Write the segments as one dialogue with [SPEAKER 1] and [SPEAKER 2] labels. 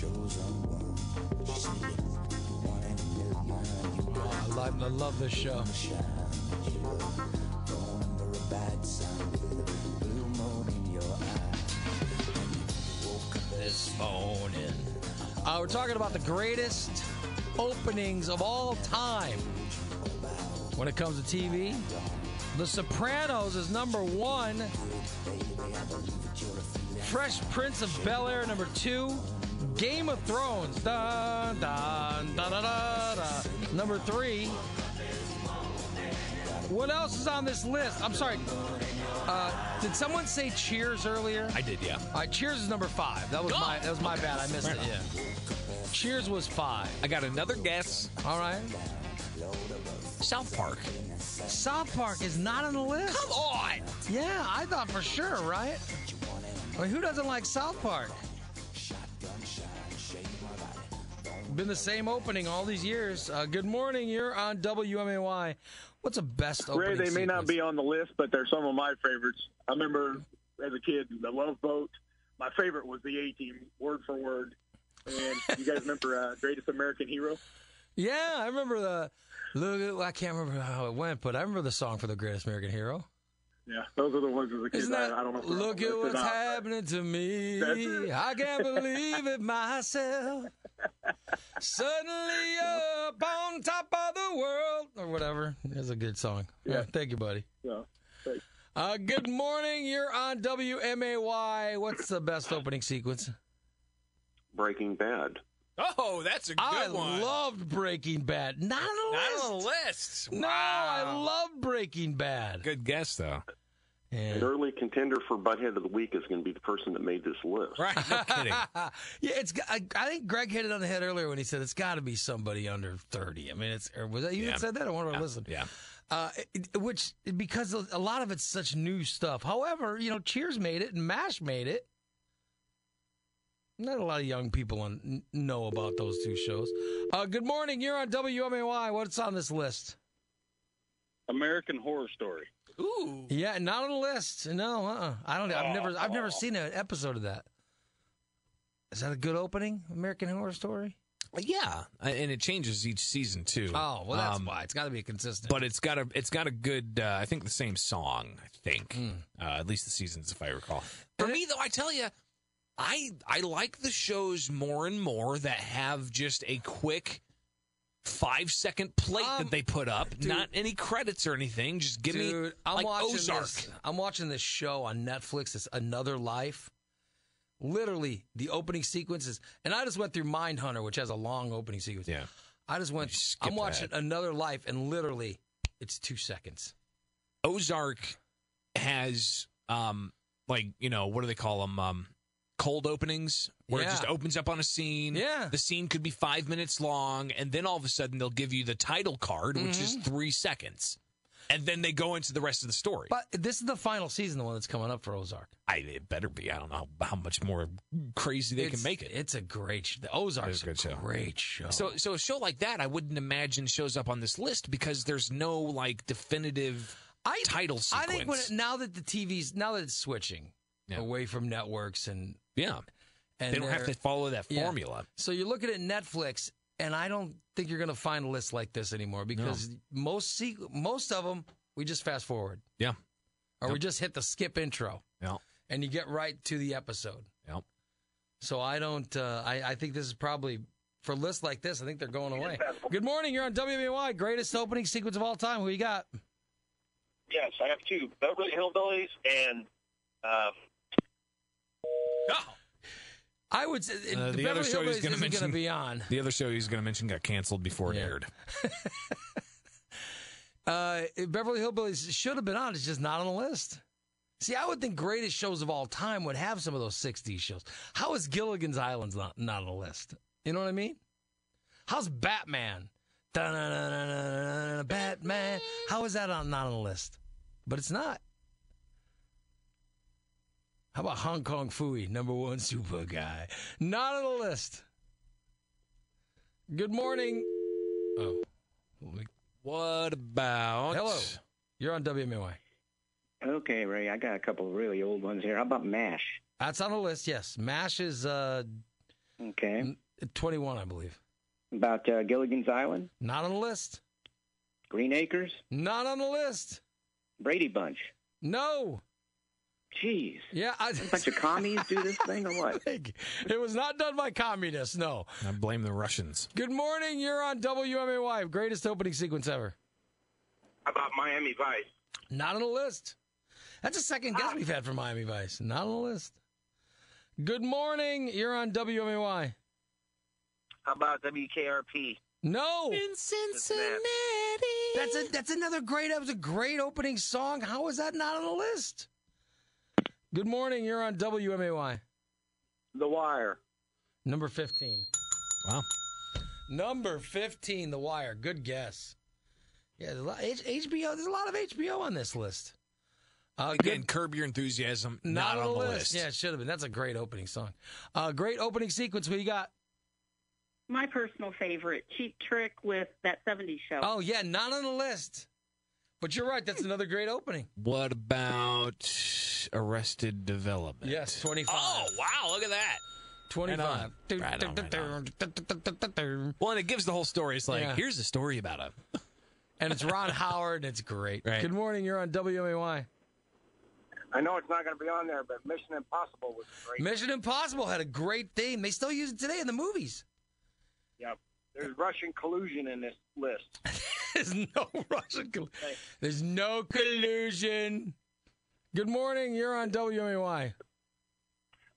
[SPEAKER 1] goes unwarned. She said, one in a million, you
[SPEAKER 2] I
[SPEAKER 1] got
[SPEAKER 2] love, I love this show.
[SPEAKER 1] the shine. You go under a bad sign with a blue moon in your eye. Woke up
[SPEAKER 2] This morning. Uh, we're talking about the greatest openings of all time when it comes to TV. The Sopranos is number one. Fresh Prince of Bel Air, number two. Game of Thrones, dun, dun, da, da, da, da. number three. What else is on this list? I'm sorry. Uh, did someone say Cheers earlier?
[SPEAKER 3] I did, yeah.
[SPEAKER 2] All right, Cheers is number five. That was
[SPEAKER 3] Oh!
[SPEAKER 2] my that was my bad. I missed it.
[SPEAKER 3] Fair
[SPEAKER 2] Yeah. Cheers was five.
[SPEAKER 3] I got another guess.
[SPEAKER 2] All right.
[SPEAKER 3] South Park.
[SPEAKER 2] South Park is not on the list.
[SPEAKER 3] Come on.
[SPEAKER 2] Yeah, I thought for sure, right? I mean, who doesn't like South Park? Been the same opening all these years. Uh, good morning. You're on WMAY. What's the best
[SPEAKER 4] Ray,
[SPEAKER 2] opening?
[SPEAKER 4] they may not
[SPEAKER 2] sequence?
[SPEAKER 4] be on the list, but they're some of my favorites. I remember as a kid, the Love Boat. My favorite was the A Team, word for word. And you guys remember uh, Greatest American Hero?
[SPEAKER 2] Yeah, I remember the. Look, I can't remember how it went, but I remember the song for the Greatest American Hero.
[SPEAKER 4] Yeah, those are the ones as a kid.
[SPEAKER 2] Isn't that?
[SPEAKER 4] I, I don't know. if they're on
[SPEAKER 2] look
[SPEAKER 4] the
[SPEAKER 2] at
[SPEAKER 4] list or
[SPEAKER 2] what's
[SPEAKER 4] not, but
[SPEAKER 2] happening to
[SPEAKER 4] That's
[SPEAKER 2] me.
[SPEAKER 4] it.
[SPEAKER 2] I can't believe it myself. Suddenly up on top of the world, or whatever. That's a good song. Yeah, thank you, buddy.
[SPEAKER 4] so, but
[SPEAKER 2] Uh, good morning. You're on WMAY. What's the best opening sequence?
[SPEAKER 5] Breaking Bad.
[SPEAKER 3] Oh, that's a good
[SPEAKER 2] I
[SPEAKER 3] one.
[SPEAKER 2] loved Breaking Bad. Not on the
[SPEAKER 3] Not on
[SPEAKER 2] list.
[SPEAKER 3] the list.
[SPEAKER 2] No, I
[SPEAKER 3] Wow.
[SPEAKER 2] love Breaking Bad.
[SPEAKER 3] Good guess though.
[SPEAKER 5] An
[SPEAKER 2] Yeah.
[SPEAKER 5] early contender for butthead of the week is going to be the person that made this list.
[SPEAKER 3] Right. No kidding.
[SPEAKER 2] yeah, it's. I, I think Greg hit it on the head earlier when he said it's got to be somebody under thirty. I mean, it's. Or was that you
[SPEAKER 3] Yeah.
[SPEAKER 2] that said that? I want to listen.
[SPEAKER 3] Yeah.
[SPEAKER 2] Uh, it- which because a lot of it's such new stuff. However, you know, Cheers made it and Mash made it. Not a lot of young people on, n- know about those two shows. Uh, good morning. You're on WMAY. What's on this list?
[SPEAKER 6] American Horror Story.
[SPEAKER 3] Ooh.
[SPEAKER 2] Yeah, not on the list. No, uh-uh. I don't. I've never. I've never seen an episode of that. Is that a good opening? American Horror Story.
[SPEAKER 3] Yeah, and it changes each season too.
[SPEAKER 2] Oh well, that's
[SPEAKER 3] Um,
[SPEAKER 2] why it's got to be consistent.
[SPEAKER 3] But it's got a it's got a good uh, I think the same song I think uh, at least the seasons if I recall. For me though, I tell you, I I like the shows more and more that have just a quick five second plate
[SPEAKER 2] Um,
[SPEAKER 3] that they put up,
[SPEAKER 2] dude.
[SPEAKER 3] not any credits or anything. Just give
[SPEAKER 2] Dude,
[SPEAKER 3] me
[SPEAKER 2] I'm
[SPEAKER 3] like
[SPEAKER 2] watching
[SPEAKER 3] Ozark.
[SPEAKER 2] This, I'm watching this show on Netflix. It's Another Life. Literally, the opening sequences, and I just went through Mindhunter, which has a long opening sequence.
[SPEAKER 3] Yeah,
[SPEAKER 2] I just went.
[SPEAKER 3] You skip
[SPEAKER 2] I'm watching
[SPEAKER 3] that.
[SPEAKER 2] Another Life, and literally, it's two seconds.
[SPEAKER 3] Ozark has um like you know what do they call them um cold openings where
[SPEAKER 2] Yeah.
[SPEAKER 3] it just opens up on a scene
[SPEAKER 2] Yeah.
[SPEAKER 3] the scene could be five minutes long and then all of a sudden they'll give you the title card which is
[SPEAKER 2] Mm-hmm.
[SPEAKER 3] three seconds and then they go into the rest of the story
[SPEAKER 2] But this is the final season, the one that's coming up for Ozark.
[SPEAKER 3] I, it better be i don't know how, how much more crazy they
[SPEAKER 2] It's-
[SPEAKER 3] can make it
[SPEAKER 2] It's a great. Sh- the Ozark's
[SPEAKER 3] It's a good
[SPEAKER 2] a
[SPEAKER 3] show.
[SPEAKER 2] great show.
[SPEAKER 3] so so a show like that i wouldn't imagine shows up on this list because there's no like definitive
[SPEAKER 2] I
[SPEAKER 3] title sequence
[SPEAKER 2] I think when it, now that the TV's now that it's switching
[SPEAKER 3] Yeah.
[SPEAKER 2] away from networks and
[SPEAKER 3] yeah
[SPEAKER 2] and
[SPEAKER 3] they don't have
[SPEAKER 2] they're-
[SPEAKER 3] to follow that
[SPEAKER 2] Yeah.
[SPEAKER 3] formula
[SPEAKER 2] So you're looking at Netflix, and I don't think you're going to find a list like this anymore because most sequ- most of them we just fast forward
[SPEAKER 3] yeah
[SPEAKER 2] or we
[SPEAKER 3] Yep.
[SPEAKER 2] just hit the skip intro
[SPEAKER 3] yeah
[SPEAKER 2] and you get right to the episode.
[SPEAKER 3] Yep.
[SPEAKER 2] So I don't. Uh, I I think this is probably for lists like this. I think they're going away. Good morning. You're on WBY. Greatest opening sequence of all time. Who you got?
[SPEAKER 6] Yes, I have two Beverly Hillbillies and uh,
[SPEAKER 2] I would. Say,
[SPEAKER 3] Uh, the other
[SPEAKER 2] Beverly
[SPEAKER 3] show he's
[SPEAKER 2] Hillbillies
[SPEAKER 3] gonna
[SPEAKER 2] isn't
[SPEAKER 3] mention-
[SPEAKER 2] gonna be on.
[SPEAKER 3] The other show he was going to mention got canceled before
[SPEAKER 2] Yeah.
[SPEAKER 3] it aired.
[SPEAKER 2] Uh, Beverly Hillbillies should have been on. It's just not on the list. See, I would think greatest shows of all time would have some of those 60s shows. How is Gilligan's Island not, not on the list? You know what I mean? How's Batman? Da-na-na-na-na-na-na, Batman. How is that on, not on the list? But it's not. How about Hong Kong Fooey, number one super guy? Not on the list. Good morning. Oh, let me
[SPEAKER 3] What about
[SPEAKER 2] Hello. You're on WMY.
[SPEAKER 7] Okay, Ray, I got a couple of really old ones here. How about MASH?
[SPEAKER 2] That's on the list, yes. MASH is uh
[SPEAKER 7] Okay.
[SPEAKER 2] 21, I believe.
[SPEAKER 7] About uh, Gilligan's Island,
[SPEAKER 2] Not on the list.
[SPEAKER 7] Green Acres,
[SPEAKER 2] Not on the list.
[SPEAKER 7] Brady Bunch.
[SPEAKER 2] No.
[SPEAKER 7] Jeez.
[SPEAKER 2] Yeah. I,
[SPEAKER 7] A bunch of commies do this thing or what?
[SPEAKER 2] it was not done by communists. No.
[SPEAKER 3] I blame the Russians.
[SPEAKER 2] Good morning. You're on WMAY. Greatest opening sequence ever.
[SPEAKER 6] How about Miami Vice?
[SPEAKER 2] Not on the list. That's a second guess we've had from Miami Vice. Not on the list. Good morning. You're on WMAY.
[SPEAKER 6] How about WKRP?
[SPEAKER 2] No.
[SPEAKER 6] Cincinnati.
[SPEAKER 2] That's a that's another great that was a great opening song. How is that not on the list? Good morning, you're on WMAY.
[SPEAKER 4] The Wire.
[SPEAKER 2] Number fifteen.
[SPEAKER 3] Wow.
[SPEAKER 2] Number fifteen, The Wire. Good guess. Yeah, there's a lot, H- HBO. There's a lot of HBO on this list. Uh,
[SPEAKER 3] Again, curb your enthusiasm.
[SPEAKER 2] good-
[SPEAKER 3] Not, on the list.
[SPEAKER 2] Yeah, it should have been. That's a great opening song. Uh, great opening sequence. What you got?
[SPEAKER 8] My personal favorite, Cheap Trick with that 70s show.
[SPEAKER 2] Oh yeah, not on the list. But you're right. That's another great opening.
[SPEAKER 3] What about Arrested Development?
[SPEAKER 2] Yes, twenty five.
[SPEAKER 3] Oh wow! Look at that.
[SPEAKER 2] Twenty five.
[SPEAKER 3] Right on, right Well, and it gives the whole story. It's like
[SPEAKER 2] Yeah.
[SPEAKER 3] here's a story about a
[SPEAKER 2] and it's Ron Howard, and it's great.
[SPEAKER 3] Right.
[SPEAKER 2] Good morning, you're on WMAY.
[SPEAKER 4] I know it's not going to be on there, but Mission Impossible was great.
[SPEAKER 2] Mission Impossible had a great theme. They still use it today in the movies.
[SPEAKER 4] There's Russian collusion in this list.
[SPEAKER 2] There's no Russian. Coll- There's no collusion. Good morning, you're on WMAY.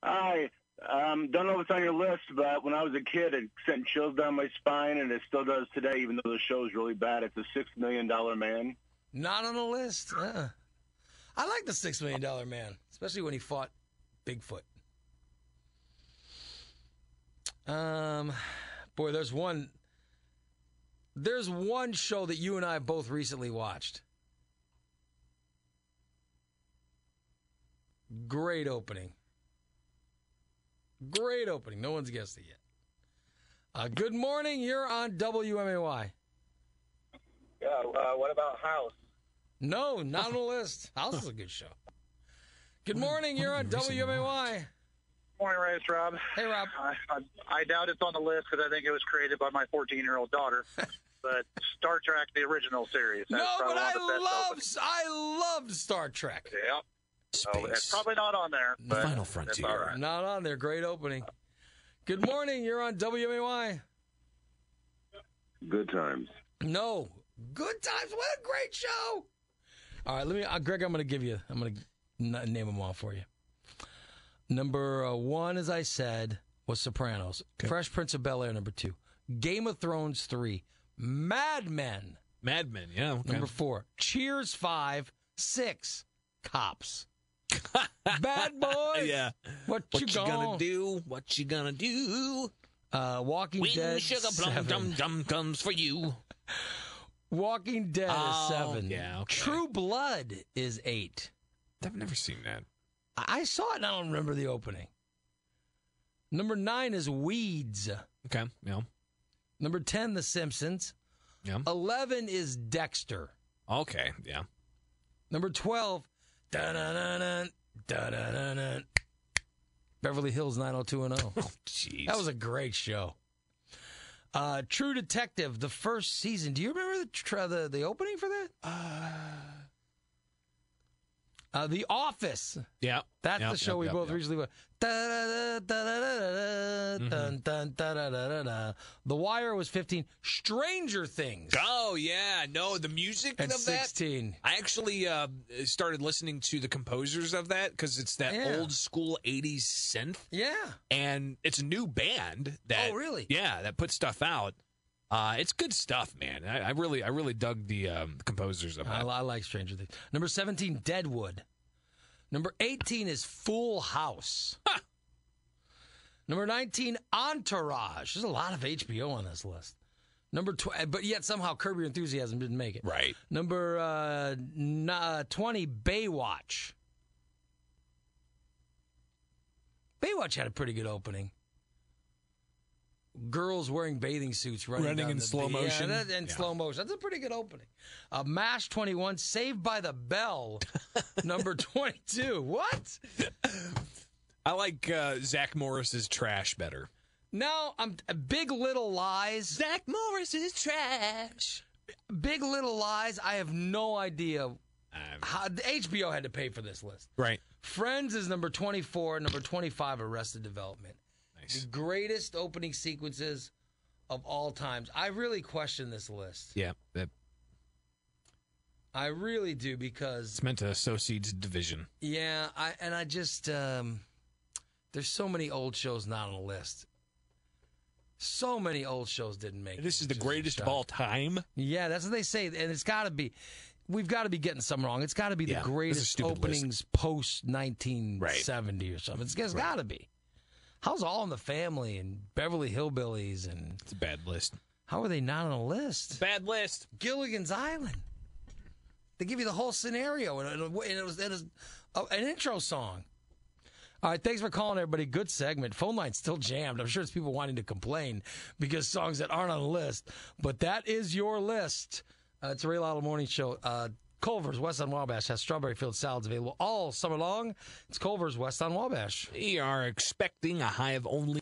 [SPEAKER 4] I um, don't know if it's on your list, but when I was a kid, it sent chills down my spine, and it still does today, even though the show's really bad. It's a six million dollar man.
[SPEAKER 2] Not on the list. Uh-uh. I like the Six Million Dollar Man, especially when he fought Bigfoot. Um, boy, there's one. There's one show that you and I both recently watched. Great opening. Great opening. No one's guessed it yet. Uh, good morning. You're on WMAY.
[SPEAKER 6] Yeah. Uh, what about House?
[SPEAKER 2] No, not on the list. House is a good show. Good morning. You're on
[SPEAKER 3] did we recently
[SPEAKER 2] WMAY.
[SPEAKER 4] Morning, Rice Rob.
[SPEAKER 2] Hey, Rob.
[SPEAKER 4] I, I, I doubt it's on the list because I think it was created by my 14 year old daughter. but Star Trek, the original series.
[SPEAKER 2] No,
[SPEAKER 4] that's probably
[SPEAKER 2] but
[SPEAKER 4] one
[SPEAKER 2] I
[SPEAKER 4] of the best
[SPEAKER 2] love
[SPEAKER 4] openings.
[SPEAKER 2] I loved Star Trek.
[SPEAKER 4] Yeah, so it's
[SPEAKER 3] space.
[SPEAKER 4] probably not on there. But
[SPEAKER 3] Final
[SPEAKER 4] It's
[SPEAKER 3] Frontier.
[SPEAKER 4] all right.
[SPEAKER 2] Not on there. Great opening. Good morning. You're on WMAY.
[SPEAKER 5] Good times.
[SPEAKER 2] No, Good Times. What a great show. All right, let me, uh, Greg. I'm going to give you. I'm going to name them all for you. Number uh, one, as I said, was Sopranos. Fresh Prince of Bel Air. Number two, Game of Thrones. Three, Mad Men.
[SPEAKER 3] Mad Men. Yeah. okay.
[SPEAKER 2] Number four, Cheers five, six, cops. Bad boys.
[SPEAKER 3] Oh, Yeah.
[SPEAKER 2] What,
[SPEAKER 3] What
[SPEAKER 2] you,
[SPEAKER 3] you,
[SPEAKER 2] gonna,
[SPEAKER 3] gonna
[SPEAKER 2] do?
[SPEAKER 3] do? What you gonna do?
[SPEAKER 2] Uh, Walking
[SPEAKER 3] When
[SPEAKER 2] Dead
[SPEAKER 3] sugar plum
[SPEAKER 2] seven.
[SPEAKER 3] dum dum comes for you.
[SPEAKER 2] Walking Dead
[SPEAKER 3] Oh,
[SPEAKER 2] is seven.
[SPEAKER 3] yeah, okay.
[SPEAKER 2] True Blood is eight.
[SPEAKER 3] I've never seen that.
[SPEAKER 2] I, I saw it and I don't remember the opening. Number nine is Weeds.
[SPEAKER 3] Okay. Yeah.
[SPEAKER 2] Number ten, The Simpsons.
[SPEAKER 3] Yeah.
[SPEAKER 2] Eleven is Dexter.
[SPEAKER 3] Okay. Yeah.
[SPEAKER 2] Number twelve, da-da-da-da, da-da-da-da, Beverly Hills 90210.
[SPEAKER 3] Oh, jeez.
[SPEAKER 2] That was a great show. Uh, True Detective, the first season. Do you remember the tra- the, the opening for that? Uh, the Office.
[SPEAKER 3] yeah.
[SPEAKER 2] That's
[SPEAKER 3] Yep,
[SPEAKER 2] the show
[SPEAKER 3] yep,
[SPEAKER 2] we
[SPEAKER 3] yep,
[SPEAKER 2] both
[SPEAKER 3] yep. Mm-hmm.
[SPEAKER 2] recently watched. Da-da-da, da-da-da-da-da, dun, dun, da-da-da-da-da. The Wire was 15. Stranger Things
[SPEAKER 3] Oh yeah. No, the music
[SPEAKER 2] at
[SPEAKER 3] of that.
[SPEAKER 2] 16.
[SPEAKER 3] I actually uh, started listening to the composers of that because it's that
[SPEAKER 2] Yeah.
[SPEAKER 3] old school '80s synth,
[SPEAKER 2] Yeah.
[SPEAKER 3] and it's a new band that.
[SPEAKER 2] Oh, really?
[SPEAKER 3] Yeah, that puts stuff out. Uh, it's good stuff, man. I, I really, I really dug the um, composers of
[SPEAKER 2] I,
[SPEAKER 3] that.
[SPEAKER 2] I like Stranger Things. Number 17, Deadwood. Number 18 is Full House.
[SPEAKER 3] Ha!
[SPEAKER 2] Number 19, Entourage. There's a lot of HBO on this list. Number 12, but yet somehow Curb Your Enthusiasm didn't make it.
[SPEAKER 3] Right.
[SPEAKER 2] Number uh, n- uh, 20, Baywatch. Baywatch had a pretty good opening. Girls wearing bathing suits running,
[SPEAKER 3] Running
[SPEAKER 2] down
[SPEAKER 3] in
[SPEAKER 2] the
[SPEAKER 3] slow
[SPEAKER 2] ba-
[SPEAKER 3] motion.
[SPEAKER 2] Yeah, that, in
[SPEAKER 3] Yeah.
[SPEAKER 2] slow motion. That's a pretty good opening. Uh, MASH 21, Saved by the Bell, number 22. What?
[SPEAKER 3] I like uh, Zach Morris's trash better.
[SPEAKER 2] Now I'm Big Little Lies. Zach Morris is trash. Big Little Lies. I have no idea how the HBO had to pay for this list.
[SPEAKER 3] Right.
[SPEAKER 2] Friends is number 24, number 25 Arrested Development. Nice. The greatest opening sequences of all times. I really question this list.
[SPEAKER 3] Yeah. That,
[SPEAKER 2] I really do because
[SPEAKER 3] it's meant to sow seeds of division.
[SPEAKER 2] yeah, I and I just um there's so many old shows not on the list. So many old shows didn't make it,
[SPEAKER 3] This is the
[SPEAKER 2] which
[SPEAKER 3] greatest
[SPEAKER 2] a
[SPEAKER 3] of
[SPEAKER 2] shock.
[SPEAKER 3] all time.
[SPEAKER 2] Yeah, that's what they say, and it's got to be. We've got to be getting some wrong. It's got to be the
[SPEAKER 3] Yeah, this is a
[SPEAKER 2] greatest
[SPEAKER 3] stupid list.
[SPEAKER 2] openings post 1970 or something. It's, it's got to be. How's All in the Family and Beverly Hillbillies and
[SPEAKER 3] It's a bad list.
[SPEAKER 2] how are they not on the list?
[SPEAKER 3] Bad list.
[SPEAKER 2] Gilligan's Island. They give you the whole scenario, and and- and it was, it was uh, an intro song. All right, thanks for calling, everybody. Good segment. Phone line's still jammed. I'm sure it's people wanting to complain because songs that aren't on the list, but that is your list. Uh, it's a Ray Lottle Morning Show. Uh, Culver's West on Wabash has strawberry field salads available all summer long. It's Culver's West on Wabash.
[SPEAKER 3] We are expecting a high of only